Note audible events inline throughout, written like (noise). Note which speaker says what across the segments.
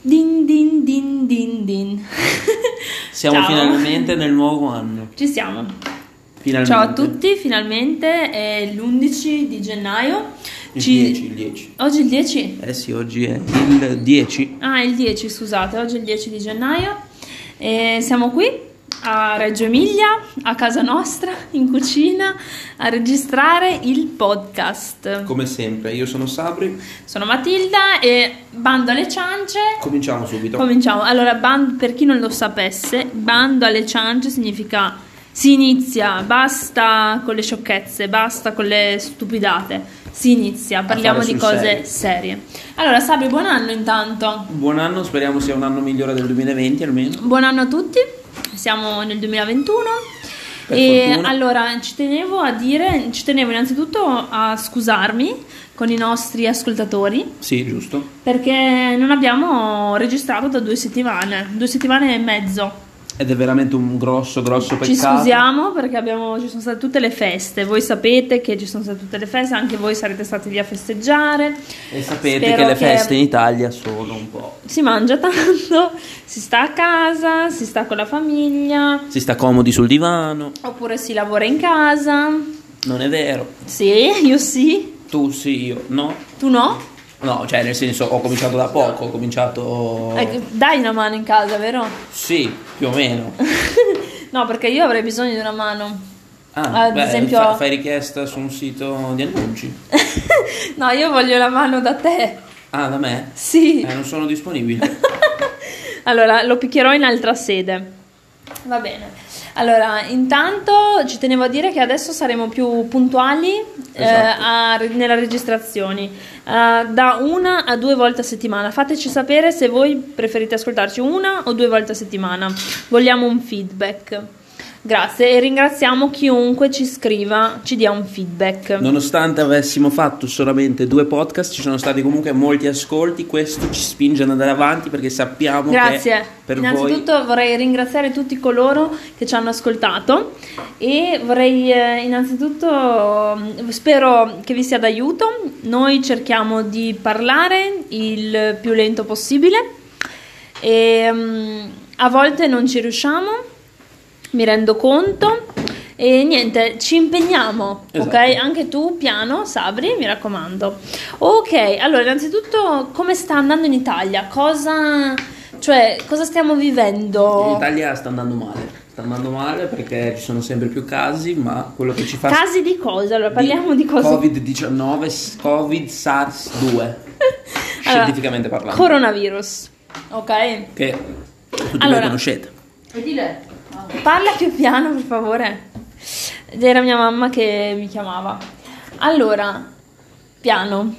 Speaker 1: Din din din din din.
Speaker 2: (laughs) Siamo
Speaker 1: Ciao.
Speaker 2: finalmente nel nuovo anno.
Speaker 1: Ci siamo.
Speaker 2: Finalmente.
Speaker 1: Ciao a tutti, finalmente è l'11 di gennaio.
Speaker 2: Il
Speaker 1: Ci-
Speaker 2: 10, il 10.
Speaker 1: Oggi è il 10?
Speaker 2: Eh sì, oggi è il 10.
Speaker 1: Ah, è il 10, scusate, oggi è il 10 di gennaio. E siamo qui a Reggio Emilia, a casa nostra, in cucina, a registrare il podcast.
Speaker 2: Come sempre, io sono Sabri.
Speaker 1: Sono Matilda e bando alle ciance.
Speaker 2: Cominciamo subito.
Speaker 1: Cominciamo. Allora, ban- per chi non lo sapesse, bando alle ciance significa si inizia, basta con le sciocchezze, basta con le stupidate. Si inizia, parliamo
Speaker 2: fare
Speaker 1: di
Speaker 2: sul
Speaker 1: cose
Speaker 2: serio.
Speaker 1: serie. Allora, Sabri, buon anno intanto.
Speaker 2: Buon anno, speriamo sia un anno migliore del 2020 almeno.
Speaker 1: Buon anno a tutti. Siamo nel 2021.
Speaker 2: Per
Speaker 1: e
Speaker 2: fortuna.
Speaker 1: allora ci tenevo a dire, ci tenevo innanzitutto a scusarmi con i nostri ascoltatori
Speaker 2: Sì, giusto.
Speaker 1: perché non abbiamo registrato da due settimane, due settimane e mezzo.
Speaker 2: Ed è veramente un grosso, grosso peccato.
Speaker 1: Ci scusiamo perché abbiamo- ci sono state tutte le feste. Voi sapete che ci sono state tutte le feste, anche voi sarete stati lì a festeggiare.
Speaker 2: E sapete
Speaker 1: Spero
Speaker 2: che le feste in Italia sono un po'...
Speaker 1: Si mangia tanto, si sta a casa, si sta con la famiglia,
Speaker 2: Si sta comodi sul divano,
Speaker 1: oppure si lavora in casa.
Speaker 2: non è vero.
Speaker 1: Sì, io sì,
Speaker 2: Tu sì, io no.
Speaker 1: tu no?
Speaker 2: No, cioè nel senso ho cominciato da poco, ho cominciato...
Speaker 1: Eh, Dai una mano in casa, vero? (laughs)
Speaker 2: Sì, più o meno.
Speaker 1: no, perché io avrei bisogno di una mano. (laughs)
Speaker 2: Ah,
Speaker 1: Ad
Speaker 2: beh,
Speaker 1: esempio-
Speaker 2: fa- fai richiesta su un sito di annunci.
Speaker 1: no, io voglio la mano da te.
Speaker 2: Ah, da me?
Speaker 1: Sì.
Speaker 2: Eh, non sono disponibile.
Speaker 1: (laughs) Allora, lo picchierò in altra sede. Va bene. Allora, intanto ci tenevo a dire che adesso saremo più puntuali eh,
Speaker 2: Esatto.
Speaker 1: a- nella registrazione, eh, da una a due volte a settimana. Fateci sapere se voi preferite ascoltarci una o due volte a settimana. Vogliamo un feedback. Grazie e ringraziamo chiunque ci scriva, ci dia un feedback.
Speaker 2: (laughs) Nonostante avessimo fatto solamente due podcast, ci sono stati comunque molti ascolti. Questo ci spinge ad andare avanti perché sappiamo diciamo che
Speaker 1: Grazie.
Speaker 2: per voi
Speaker 1: innanzitutto vorrei ringraziare tutti coloro che ci hanno ascoltato e vorrei eh, innanzitutto mm, spero che vi sia d'aiuto. Noi cerchiamo di parlare il più lento possibile e mm, a volte non ci riusciamo, mi rendo conto e niente, ci impegniamo,
Speaker 2: Esatto.
Speaker 1: ok? Anche tu piano, Sabri, mi raccomando. Ok, allora innanzitutto come sta andando in Italia? Cosa, cioè, cosa stiamo vivendo?
Speaker 2: l'Italia sta andando male. Sta andando male perché ci sono sempre più casi, ma quello che ci fa
Speaker 1: Casi di cosa? Allora parliamo di, cosa?
Speaker 2: Covid-19, s- Covid (laughs) SARS-2,
Speaker 1: Allora,
Speaker 2: scientificamente parlando,
Speaker 1: Coronavirus, ok?
Speaker 2: che tutti
Speaker 1: Allora.
Speaker 2: voi conoscete.
Speaker 1: Parla più piano, per favore. Ed Era mia mamma che mi chiamava. Allora, piano.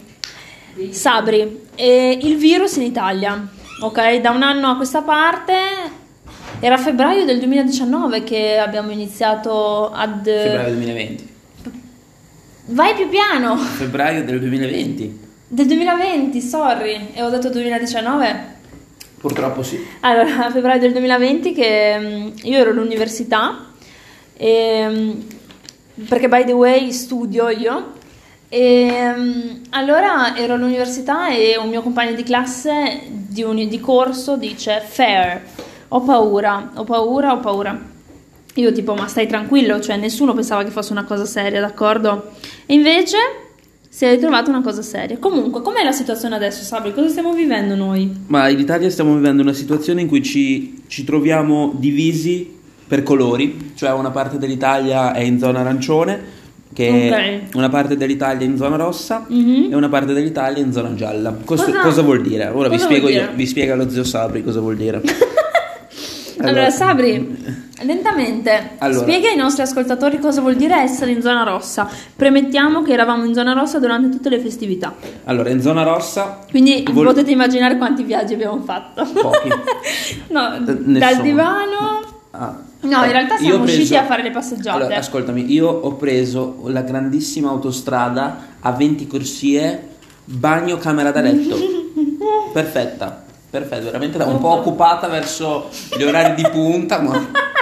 Speaker 1: Sabri, eh, il virus in Italia, ok? Da un anno a questa parte, era febbraio del 2019 che abbiamo iniziato ad...
Speaker 2: Febbraio 2020.
Speaker 1: Vai più piano!
Speaker 2: Febbraio del 2020.
Speaker 1: Del 2020, sorry, e ho detto 2019?
Speaker 2: Purtroppo sì.
Speaker 1: Allora, a febbraio del 2020 che mm, io ero all'università, e, mm, perché by the way studio io, e mm, allora ero all'università e un mio compagno di classe di, uni- di corso dice fair, ho paura, ho paura, ho paura. Io tipo, ma stai tranquillo, cioè nessuno pensava che fosse una cosa seria, d'accordo? E invece si è ritrovata una cosa seria. Comunque, com'è la situazione adesso, Sabri? Cosa stiamo vivendo noi?
Speaker 2: Ma in Italia stiamo vivendo una situazione in cui ci, ci troviamo divisi per colori, cioè una parte dell'Italia è in zona arancione, che
Speaker 1: Ok.
Speaker 2: una parte dell'Italia è in zona rossa
Speaker 1: Mhm.
Speaker 2: e una parte dell'Italia è in zona gialla. Questo
Speaker 1: Cosa-
Speaker 2: cosa, vuol dire? Ora vi
Speaker 1: cosa
Speaker 2: spiego
Speaker 1: vuol
Speaker 2: io,
Speaker 1: dire?
Speaker 2: vi spiega lo zio Sabri cosa
Speaker 1: (laughs)
Speaker 2: vuol dire.
Speaker 1: Allora,
Speaker 2: Allora- mm.
Speaker 1: Sabri, lentamente
Speaker 2: Allora.
Speaker 1: spiega ai nostri ascoltatori cosa vuol dire essere in zona rossa. Premettiamo che eravamo in zona rossa durante tutte le festività,
Speaker 2: Allora, in zona rossa
Speaker 1: quindi
Speaker 2: Vol-
Speaker 1: potete immaginare quanti viaggi abbiamo fatto.
Speaker 2: Pochi.
Speaker 1: (laughs) no,
Speaker 2: Boh. Eh, nessuno.
Speaker 1: dal divano.
Speaker 2: Ah.
Speaker 1: No, in realtà
Speaker 2: Io
Speaker 1: siamo
Speaker 2: ho preso-
Speaker 1: usciti a fare le passeggiate.
Speaker 2: Allora, ascoltami, io ho preso la grandissima autostrada a 20 corsie, bagno, camera
Speaker 1: (laughs)
Speaker 2: da letto. Perfetta,
Speaker 1: (laughs)
Speaker 2: perfetta, veramente da- un po' occupata verso gli orari di punta, ma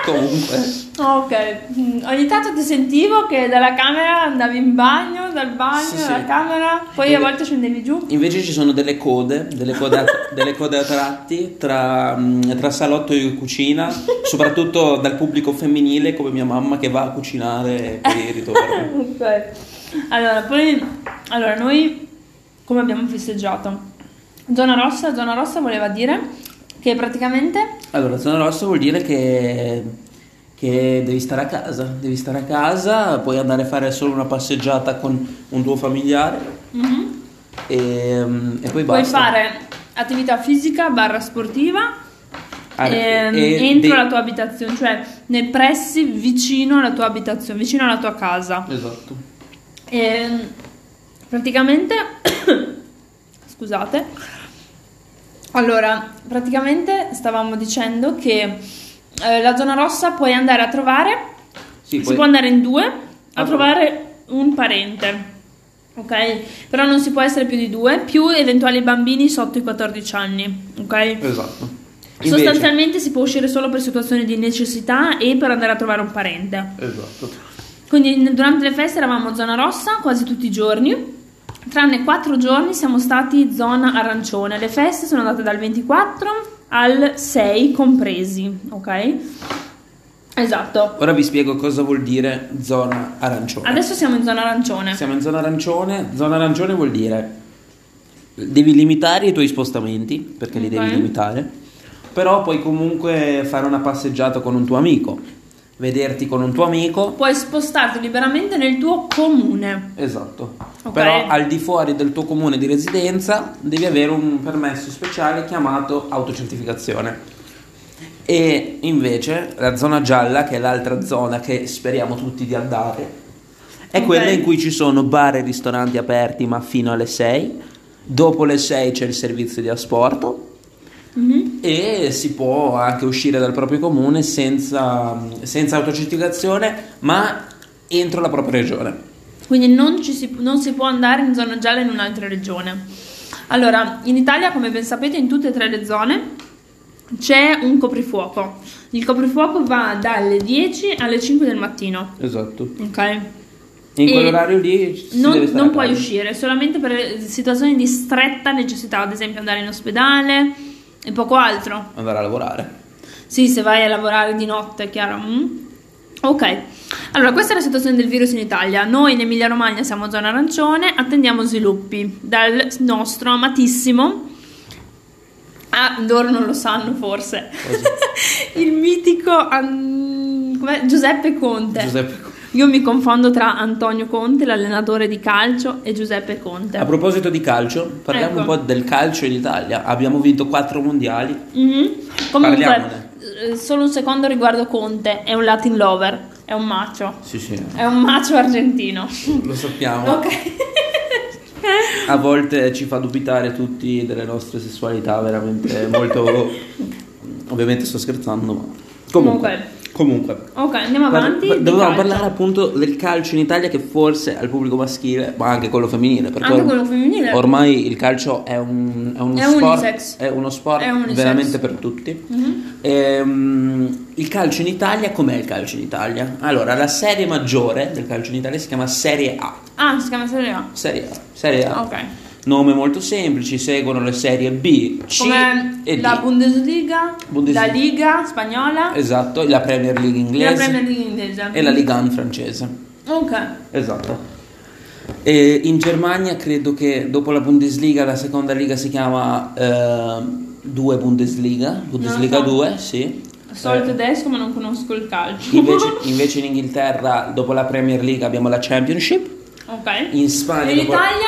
Speaker 2: comunque.
Speaker 1: Ok, Mm, ogni tanto ti sentivo che dalla camera andavi in bagno, dal bagno
Speaker 2: Sì, Eh, sì.
Speaker 1: alla camera, poi
Speaker 2: E-
Speaker 1: a volte scendevi giù.
Speaker 2: Invece ci sono delle code, delle
Speaker 1: (laughs)
Speaker 2: code a, delle code a tratti tra, mm, tra salotto e cucina, soprattutto dal pubblico femminile come mia mamma che va a cucinare e
Speaker 1: (laughs)
Speaker 2: poi ritorna.
Speaker 1: ok. Allora, poi allora, noi come abbiamo festeggiato? Zona rossa, zona rossa voleva dire che praticamente
Speaker 2: Allora, zona rossa vuol dire che, che devi stare a casa, devi stare a casa, puoi andare a fare solo una passeggiata con un tuo familiare
Speaker 1: mhm,
Speaker 2: e, mm, e poi
Speaker 1: puoi
Speaker 2: Mm-hmm. basta.
Speaker 1: fare attività fisica barra sportiva
Speaker 2: Ah,
Speaker 1: ehm,
Speaker 2: e
Speaker 1: entro
Speaker 2: devi-
Speaker 1: la tua abitazione, cioè nei pressi vicino alla tua abitazione, vicino alla tua casa.
Speaker 2: Esatto.
Speaker 1: Ehm, praticamente, (coughs) scusate, allora, praticamente stavamo dicendo che eh, la zona rossa puoi andare a trovare,
Speaker 2: Sì,
Speaker 1: si
Speaker 2: poi-
Speaker 1: può andare in due a
Speaker 2: Ah,
Speaker 1: trovare un parente. Ok, però non si può essere più di due, più eventuali bambini sotto i 14 anni, ok?
Speaker 2: Esatto. Invece-
Speaker 1: Sostanzialmente si può uscire solo per situazioni di necessità e per andare a trovare un parente.
Speaker 2: Esatto.
Speaker 1: Quindi n- durante le feste eravamo zona rossa quasi tutti i giorni, tranne quattro giorni siamo stati zona arancione. Le feste sono andate dal 24 al 6 compresi, ok? Esatto.
Speaker 2: Ora vi spiego cosa vuol dire zona arancione.
Speaker 1: Adesso siamo in zona arancione.
Speaker 2: Siamo in zona arancione. Zona arancione vuol dire devi limitare i tuoi spostamenti perché li
Speaker 1: Ok.
Speaker 2: devi limitare, però puoi comunque fare una passeggiata con un tuo amico, vederti con un tuo amico.
Speaker 1: Puoi spostarti liberamente nel tuo comune.
Speaker 2: Esatto.
Speaker 1: Ok.
Speaker 2: Però al di fuori del tuo comune di residenza devi avere un permesso speciale chiamato autocertificazione. E invece la zona gialla, che è l'altra zona che speriamo tutti di andare, è
Speaker 1: Ok.
Speaker 2: quella in cui ci sono bar e ristoranti aperti ma fino alle 6. Dopo le 6 c'è il servizio di asporto
Speaker 1: Mhm.
Speaker 2: e si può anche uscire dal proprio comune senza, senza autocertificazione ma entro la propria regione.
Speaker 1: Quindi non, ci si, non si può andare in zona gialla in un'altra regione. Allora, in Italia, come ben sapete, in tutte e tre le zone c'è un coprifuoco. Il coprifuoco va dalle 10 alle 5 del mattino.
Speaker 2: Esatto.
Speaker 1: Ok?
Speaker 2: In
Speaker 1: E
Speaker 2: quell'orario lì si deve
Speaker 1: Non,
Speaker 2: stare
Speaker 1: non
Speaker 2: a
Speaker 1: puoi
Speaker 2: casa.
Speaker 1: uscire, solamente per situazioni di stretta necessità, ad esempio andare in ospedale e poco altro.
Speaker 2: Andare a lavorare.
Speaker 1: Sì, se vai a lavorare di notte, chiaro. mm. Ok, allora questa è la situazione del virus in Italia. Noi in Emilia Romagna siamo zona arancione, attendiamo sviluppi dal nostro amatissimo. Ah, loro non lo sanno forse. (laughs) Il mitico an- com'è? Giuseppe Conte.
Speaker 2: Giuseppe.
Speaker 1: Io mi confondo tra Antonio Conte, l'allenatore di calcio, e Giuseppe Conte.
Speaker 2: A proposito di calcio, parliamo
Speaker 1: Ecco.
Speaker 2: un po' del calcio in Italia. Abbiamo vinto quattro mondiali.
Speaker 1: Mhm. Comunque,
Speaker 2: Parliamone.
Speaker 1: eh, solo un secondo riguardo Conte, è un Latin lover, è un macio,
Speaker 2: Sì, sì.
Speaker 1: è un macio argentino.
Speaker 2: Lo sappiamo.
Speaker 1: Ok. (laughs)
Speaker 2: A volte ci fa dubitare tutti delle nostre sessualità, veramente molto.
Speaker 1: (laughs)
Speaker 2: Ovviamente sto scherzando, ma. Comunque. Comunque.
Speaker 1: Ok, andiamo
Speaker 2: Parla-
Speaker 1: avanti.
Speaker 2: par-
Speaker 1: di
Speaker 2: Dovevamo
Speaker 1: calcio.
Speaker 2: parlare appunto del calcio in Italia che forse al pubblico maschile, ma anche quello femminile, perché
Speaker 1: Anche
Speaker 2: orm-
Speaker 1: quello femminile.
Speaker 2: ormai il calcio è, un, uno
Speaker 1: È
Speaker 2: sport,
Speaker 1: unisex.
Speaker 2: è uno sport
Speaker 1: È unisex.
Speaker 2: veramente per tutti.
Speaker 1: Mhm.
Speaker 2: Ehm, il calcio in Italia, com'è il calcio in Italia? Allora, la serie maggiore del calcio in Italia si chiama Serie A.
Speaker 1: Ah, si chiama Serie A.
Speaker 2: Serie A, Serie A.
Speaker 1: Ok.
Speaker 2: Nome molto semplice, seguono le serie B, C
Speaker 1: Come
Speaker 2: e
Speaker 1: la
Speaker 2: D.
Speaker 1: Bundesliga,
Speaker 2: Bundesliga.
Speaker 1: la Liga spagnola
Speaker 2: esatto, la Premier League
Speaker 1: e la
Speaker 2: inglese
Speaker 1: Premier League inglese.
Speaker 2: e la Ligue 1 francese.
Speaker 1: Ok.
Speaker 2: Esatto. E in Germania credo che dopo la Bundesliga la seconda liga si chiama eh, 2 Bundesliga, Bundesliga
Speaker 1: No, no.
Speaker 2: 2, sì.
Speaker 1: So il
Speaker 2: Eh,
Speaker 1: tedesco ma non conosco il calcio.
Speaker 2: invece, invece in Inghilterra dopo la Premier League abbiamo la Championship,
Speaker 1: (laughs) ok.
Speaker 2: in
Speaker 1: E
Speaker 2: Spagna
Speaker 1: in
Speaker 2: dopo-
Speaker 1: Italia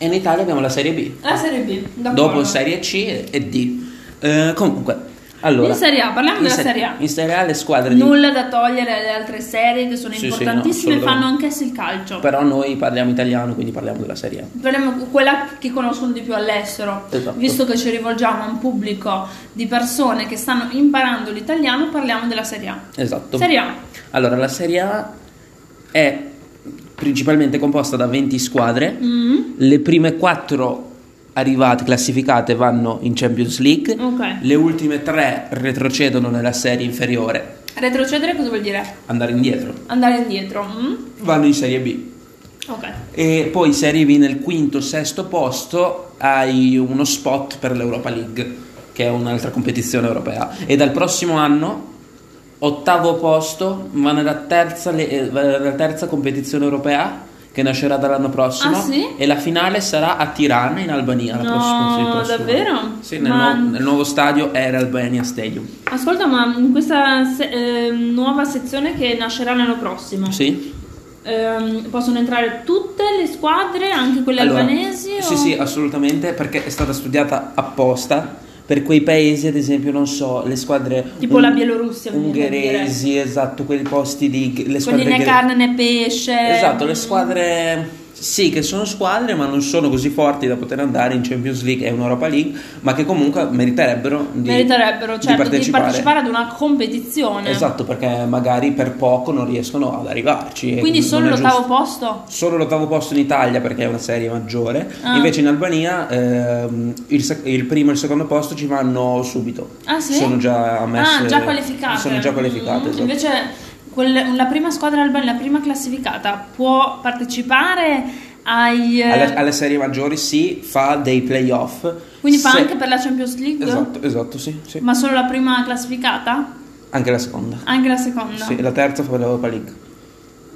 Speaker 2: e in Italia abbiamo la Serie B,
Speaker 1: la Serie B.
Speaker 2: dopo
Speaker 1: d'accordo.
Speaker 2: Serie C e, e D. Eh, comunque, allora...
Speaker 1: In Serie A, parliamo
Speaker 2: in
Speaker 1: della
Speaker 2: se-
Speaker 1: Serie A.
Speaker 2: In Serie A le squadre di...
Speaker 1: Nulla da togliere alle altre serie che sono
Speaker 2: Sì, sì, no,
Speaker 1: importantissime e fanno
Speaker 2: assolutamente.
Speaker 1: anch'esse il calcio.
Speaker 2: Però noi parliamo italiano, quindi parliamo della Serie A.
Speaker 1: Parliamo di quella che conoscono di più all'estero,
Speaker 2: Esatto.
Speaker 1: visto che ci rivolgiamo a un pubblico di persone che stanno imparando l'italiano, parliamo della Serie A.
Speaker 2: Esatto.
Speaker 1: Serie A,
Speaker 2: Allora, la Serie A è principalmente composta da 20 squadre.
Speaker 1: Mm,
Speaker 2: Le prime 4 arrivate, classificate, vanno in Champions League.
Speaker 1: ok.
Speaker 2: Le ultime 3 retrocedono nella serie inferiore.
Speaker 1: Retrocedere cosa vuol dire?
Speaker 2: andare indietro.
Speaker 1: Andare indietro. mm?
Speaker 2: Vanno in Serie B.
Speaker 1: Ok.
Speaker 2: E poi se arrivi nel quinto, sesto posto hai uno spot per l'Europa League, che è un'altra competizione europea. E dal prossimo anno, ottavo posto, ma nella terza, le- eh, la terza competizione europea, che nascerà dall'anno prossimo.
Speaker 1: Ah, sì?
Speaker 2: E la finale sarà a Tirana, in Albania. la
Speaker 1: No,
Speaker 2: prossima- sì, il prossimo
Speaker 1: davvero?
Speaker 2: anno. Sì, nel,
Speaker 1: Ma-
Speaker 2: nuovo, nel nuovo stadio Air Albania Stadium.
Speaker 1: Ascolta, ma in questa se- ehm, nuova sezione che nascerà l'anno prossimo,
Speaker 2: Sì?
Speaker 1: ehm, possono entrare tutte le squadre, anche quelle
Speaker 2: Allora,
Speaker 1: albanesi? o-
Speaker 2: Sì, sì, assolutamente, perché è stata studiata apposta per quei paesi, ad esempio, non so, le squadre
Speaker 1: Tipo la Bielorussia, mi viene da dire.
Speaker 2: ungheresi, esatto, quei posti di le
Speaker 1: Quindi
Speaker 2: squadre
Speaker 1: né
Speaker 2: gre-
Speaker 1: carne né pesce.
Speaker 2: Esatto, le squadre sì, che sono squadre, ma non sono così forti da poter andare in Champions League e in Europa League, ma che comunque meriterebbero di
Speaker 1: meriterebbero certo, di partecipare. ad una competizione.
Speaker 2: Esatto, perché magari per poco non riescono ad arrivarci. e
Speaker 1: Quindi
Speaker 2: non
Speaker 1: solo
Speaker 2: è giusto.
Speaker 1: l'ottavo posto?
Speaker 2: Solo l'ottavo posto in Italia perché è una serie maggiore,
Speaker 1: Ah.
Speaker 2: invece in Albania ehm, il, sec- il primo e il secondo posto ci vanno subito.
Speaker 1: Ah, sì?
Speaker 2: Sono già ammesse.
Speaker 1: Ah, già qualificate.
Speaker 2: Sono già qualificate.
Speaker 1: Mm,
Speaker 2: esatto.
Speaker 1: Invece quel- la prima squadra albana, la prima classificata, può partecipare ai... eh,
Speaker 2: Alle, alle serie maggiori si fa dei playoff.
Speaker 1: Quindi fa
Speaker 2: Se-
Speaker 1: anche per la Champions League?
Speaker 2: Esatto, esatto, sì. sì.
Speaker 1: Ma solo la prima classificata?
Speaker 2: Anche la seconda.
Speaker 1: Anche la seconda?
Speaker 2: Sì, la terza fa l'Europa League.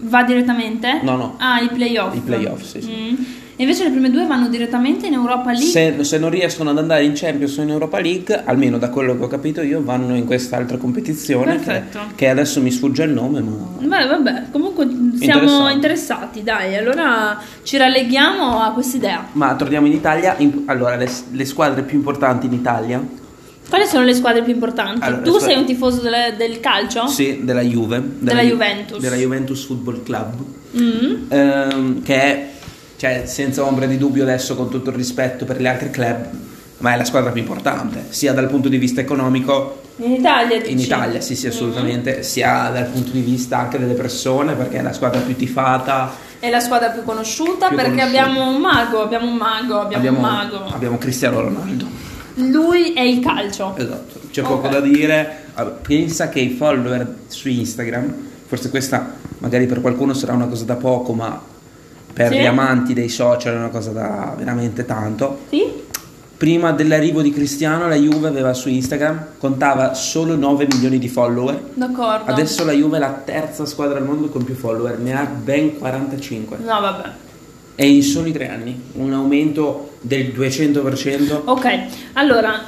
Speaker 1: Va direttamente?
Speaker 2: No, no.
Speaker 1: Ah, i playoff.
Speaker 2: I playoff, sì, sì.
Speaker 1: Mm. E invece le prime due vanno direttamente in Europa League?
Speaker 2: Se, se non riescono ad andare in Champions o in Europa League, almeno da quello che ho capito io, vanno in quest'altra competizione che,
Speaker 1: Perfetto.
Speaker 2: che adesso mi sfugge il nome, ma
Speaker 1: Beh, vabbè, comunque siamo
Speaker 2: Interessante.
Speaker 1: interessati, dai, allora ci ralleghiamo a quest'idea.
Speaker 2: Ma torniamo in Italia. In- allora, le, le squadre più importanti in Italia?
Speaker 1: Quali sono le squadre più importanti?
Speaker 2: Allora,
Speaker 1: tu
Speaker 2: le squadre-
Speaker 1: sei un tifoso delle- del calcio?
Speaker 2: Sì, della Juve.
Speaker 1: Della
Speaker 2: Ju-
Speaker 1: Juventus.
Speaker 2: Della Juventus Football Club.
Speaker 1: Mm.
Speaker 2: Ehm, che è, cioè, senza ombra di dubbio adesso, con tutto il rispetto per gli altri club, ma è la squadra più importante, sia dal punto di vista economico
Speaker 1: In Italia?
Speaker 2: in
Speaker 1: dici? Mm.
Speaker 2: Italia, sì,
Speaker 1: Mm-hmm.
Speaker 2: sì, assolutamente, sia dal punto di vista anche delle persone, perché è la squadra più tifata.
Speaker 1: È la squadra più conosciuta
Speaker 2: Più
Speaker 1: perché
Speaker 2: conosciuta.
Speaker 1: abbiamo un mago, abbiamo un mago, abbiamo, un mago.
Speaker 2: abbiamo Ah. Cristiano Ronaldo.
Speaker 1: Lui è il calcio.
Speaker 2: Esatto, c'è
Speaker 1: Ok.
Speaker 2: poco da dire. Allora, Pensa che i follower su Instagram, forse questa magari per qualcuno sarà una cosa da poco, ma per
Speaker 1: Sì.
Speaker 2: gli amanti dei social è una cosa da veramente tanto.
Speaker 1: Sì?
Speaker 2: Prima dell'arrivo di Cristiano, la Juve aveva su Instagram, contava solo 9 milioni di follower.
Speaker 1: D'accordo.
Speaker 2: Adesso la Juve è la terza squadra al mondo con più follower, ne ha ben 45.
Speaker 1: No, vabbè.
Speaker 2: E in soli tre anni, un aumento del 200%.
Speaker 1: Ok, allora,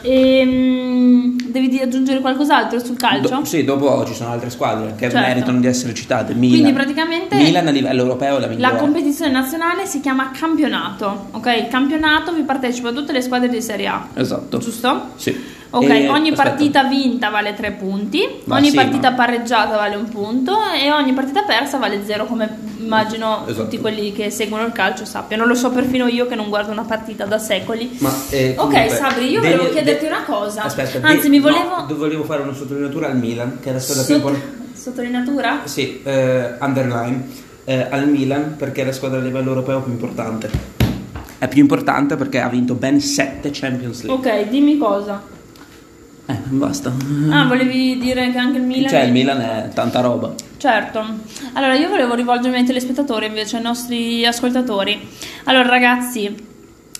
Speaker 1: ehm, devi di- aggiungere qualcos'altro sul calcio?
Speaker 2: Do- sì, dopo ci sono altre squadre che
Speaker 1: Certo.
Speaker 2: meritano di essere citate. Milan.
Speaker 1: Quindi praticamente-
Speaker 2: Milan a livello europeo è la migliore.
Speaker 1: La competizione nazionale si chiama campionato, ok? Il campionato vi partecipa tutte le squadre di Serie A,
Speaker 2: Esatto.
Speaker 1: giusto?
Speaker 2: Sì.
Speaker 1: Ok,
Speaker 2: E-
Speaker 1: ogni
Speaker 2: aspetta.
Speaker 1: partita vinta vale 3 punti,
Speaker 2: Ma
Speaker 1: ogni
Speaker 2: sì,
Speaker 1: partita
Speaker 2: ma-
Speaker 1: pareggiata vale un punto e ogni partita persa vale 0 come immagino
Speaker 2: Esatto.
Speaker 1: tutti quelli che seguono il calcio sappiano, lo so perfino io che non guardo una partita da secoli.
Speaker 2: Ma, eh,
Speaker 1: ok
Speaker 2: comunque,
Speaker 1: Sabri, io
Speaker 2: devi-
Speaker 1: volevo chiederti
Speaker 2: de-
Speaker 1: una cosa,
Speaker 2: Aspetta, de-
Speaker 1: anzi mi
Speaker 2: no,
Speaker 1: volevo...
Speaker 2: do- volevo fare una sottolineatura al Milan, che è la squadra più
Speaker 1: Sotto-
Speaker 2: importante.
Speaker 1: Sottolineatura?
Speaker 2: Sì, eh, underline. eh, al Milan perché è la squadra a livello europeo più importante. È più importante perché ha vinto ben 7 Champions League.
Speaker 1: Ok, dimmi cosa.
Speaker 2: Eh, basta.
Speaker 1: Ah, volevi dire che anche il Milan...
Speaker 2: Cioè,
Speaker 1: è-
Speaker 2: il Milan è tanta roba.
Speaker 1: Certo, allora io volevo rivolgermi ai telespettatori invece, ai nostri ascoltatori. Allora ragazzi,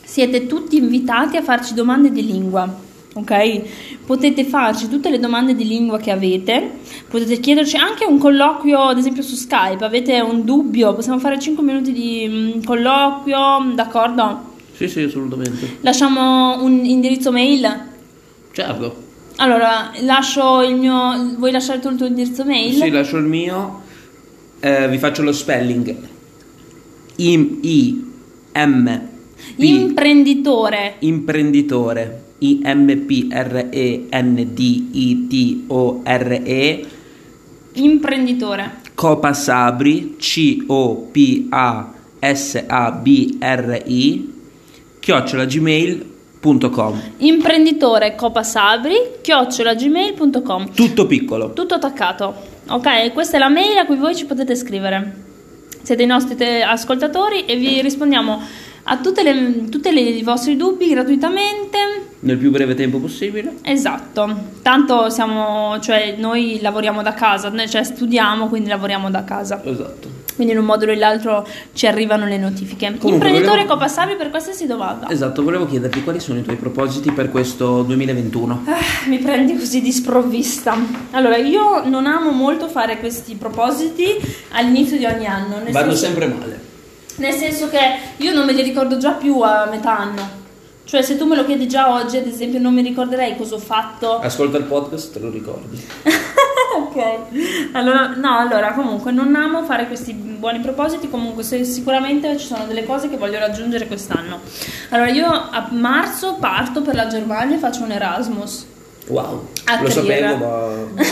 Speaker 1: siete tutti invitati a farci domande di lingua, ok? Potete farci tutte le domande di lingua che avete, potete chiederci anche un colloquio, ad esempio su Skype, avete un dubbio, possiamo fare 5 minuti di mm, colloquio, d'accordo?
Speaker 2: Sì, sì, assolutamente.
Speaker 1: Lasciamo un indirizzo mail.
Speaker 2: Certo.
Speaker 1: Allora, lascio il mio... Vuoi lasciare tu il tuo indirizzo mail?
Speaker 2: Sì, lascio il mio. Eh, vi faccio lo spelling. Im- I M P
Speaker 1: Imprenditore.
Speaker 2: imprenditore I M P R E N D I T O R E
Speaker 1: Imprenditore.
Speaker 2: Copasabri C O P A S A B R I chiocciola gmail.com
Speaker 1: Imprenditore copasabri chiocciolagmail.com
Speaker 2: tutto piccolo
Speaker 1: Tutto attaccato. Ok, questa è la mail a cui voi ci potete scrivere. Siete i nostri te- ascoltatori e vi rispondiamo a tutte le- tutti i vostri dubbi gratuitamente.
Speaker 2: nel più breve tempo possibile.
Speaker 1: Esatto, tanto siamo, cioè noi lavoriamo da casa, noi cioè studiamo, quindi lavoriamo da casa.
Speaker 2: Esatto.
Speaker 1: Quindi in un modo o nell'altro ci arrivano le notifiche.
Speaker 2: Comunque,
Speaker 1: Imprenditore
Speaker 2: volevo-
Speaker 1: Copassavi per qualsiasi domanda.
Speaker 2: Esatto, volevo chiederti quali sono i tuoi propositi per questo 2021.
Speaker 1: Ah, Mi prendi così di sprovvista. Allora, io non amo molto fare questi propositi all'inizio di ogni anno. Nel,
Speaker 2: Vanno
Speaker 1: senso,
Speaker 2: sempre male.
Speaker 1: nel senso che io non me li ricordo già più a metà anno. Cioè, se tu me lo chiedi già oggi, ad esempio, non mi ricorderei cosa ho fatto.
Speaker 2: Ascolta il podcast, te lo
Speaker 1: (laughs)
Speaker 2: ricordi.
Speaker 1: ok. Allora, no, allora, comunque, non amo fare questi buoni propositi. Comunque, se- sicuramente ci sono delle cose che voglio raggiungere quest'anno. Allora, io a marzo parto per la Germania e faccio un Erasmus.
Speaker 2: Wow,
Speaker 1: A
Speaker 2: lo
Speaker 1: Triera. (laughs)
Speaker 2: sapevo, ma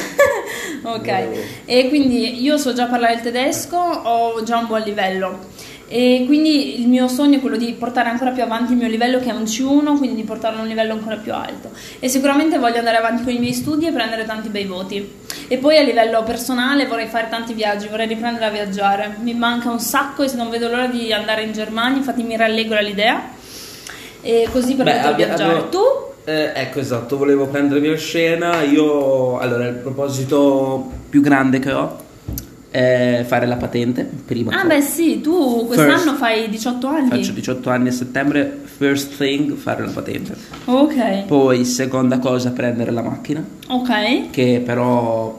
Speaker 1: Ok,
Speaker 2: Bravo.
Speaker 1: e quindi io so già parlare il tedesco, ho già un buon livello. E quindi il mio sogno è quello di portare ancora più avanti il mio livello che è un C1, quindi di portarlo a un livello ancora più alto. E sicuramente voglio andare avanti con i miei studi e prendere tanti bei voti. E poi a livello personale vorrei fare tanti viaggi, vorrei riprendere a viaggiare. Mi manca un sacco e se non vedo l'ora di andare in Germania, infatti mi rallegra l'idea. E così per
Speaker 2: Beh,
Speaker 1: poter
Speaker 2: abbia-
Speaker 1: viaggiare.
Speaker 2: abbiamo-
Speaker 1: Tu?
Speaker 2: Eh, ecco, esatto, volevo prendermi la scena. Io, allora, il proposito più grande che ho è fare la patente prima.
Speaker 1: Ah
Speaker 2: che-
Speaker 1: beh sì, tu
Speaker 2: First.
Speaker 1: quest'anno fai 18 anni.
Speaker 2: Faccio 18 anni a settembre, first thing fare la patente.
Speaker 1: Ok.
Speaker 2: Poi seconda cosa prendere la macchina,
Speaker 1: Ok,
Speaker 2: che però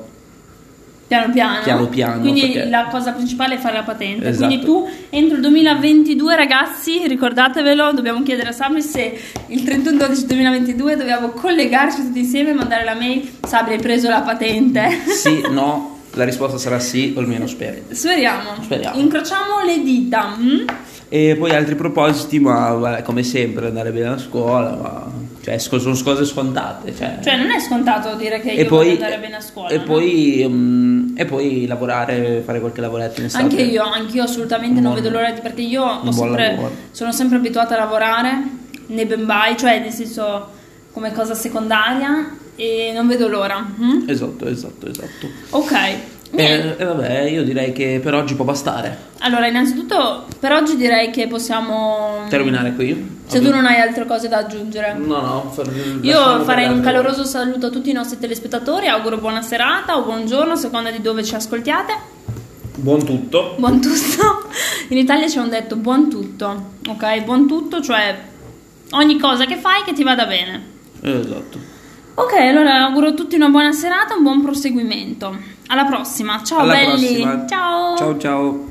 Speaker 1: piano piano.
Speaker 2: Piano piano,
Speaker 1: Quindi
Speaker 2: perché-
Speaker 1: la cosa principale è fare la patente.
Speaker 2: Esatto.
Speaker 1: Quindi tu entro il 2022, ragazzi, ricordatevelo, dobbiamo chiedere a Sabri se il 31-12-2022 dobbiamo collegarci tutti insieme e mandare la mail. Sabri, hai preso la
Speaker 2: (laughs)
Speaker 1: patente.
Speaker 2: sì, no, la risposta sarà sì, o almeno spero.
Speaker 1: Speriamo.
Speaker 2: Speriamo.
Speaker 1: Incrociamo le dita. mm?
Speaker 2: E poi altri propositi, ma vabbè, come sempre andare bene a scuola, ma cioè, sco- sono cose scontate. Cioè,
Speaker 1: Cioè, non è scontato dire che
Speaker 2: e
Speaker 1: io
Speaker 2: poi,
Speaker 1: voglio andare bene a scuola.
Speaker 2: e,
Speaker 1: no?
Speaker 2: poi, mm, e poi lavorare, fare qualche lavoretto in estate.
Speaker 1: Anche io, anche io assolutamente
Speaker 2: Un
Speaker 1: non
Speaker 2: buon-
Speaker 1: vedo l'ora di perché io ho
Speaker 2: buon
Speaker 1: sempre-
Speaker 2: lavoro.
Speaker 1: sono sempre abituata a lavorare nei bembai, cioè nel senso come cosa secondaria e non vedo l'ora. mhm.
Speaker 2: Esatto, esatto, esatto. Eh,
Speaker 1: Ok. niente.
Speaker 2: E, e vabbè, io direi che per oggi può bastare.
Speaker 1: Allora, innanzitutto per oggi direi che possiamo
Speaker 2: Terminare qui.
Speaker 1: Mm. Se tu non hai altre cose da aggiungere.
Speaker 2: No, no, fer- Mm, lasciamo
Speaker 1: Io
Speaker 2: per
Speaker 1: farei un
Speaker 2: altre-
Speaker 1: caloroso saluto a tutti i nostri telespettatori, auguro buona serata o buongiorno a seconda di dove ci ascoltiate.
Speaker 2: Buon tutto.
Speaker 1: Buon tutto. In Italia c'è un detto buon tutto, ok? Buon tutto, cioè ogni cosa che fai che ti vada bene.
Speaker 2: Esatto.
Speaker 1: Ok, allora auguro a tutti una buona serata, un buon proseguimento. Alla prossima. Ciao
Speaker 2: Alla
Speaker 1: belli.
Speaker 2: prossima.
Speaker 1: Ciao.
Speaker 2: Ciao, ciao.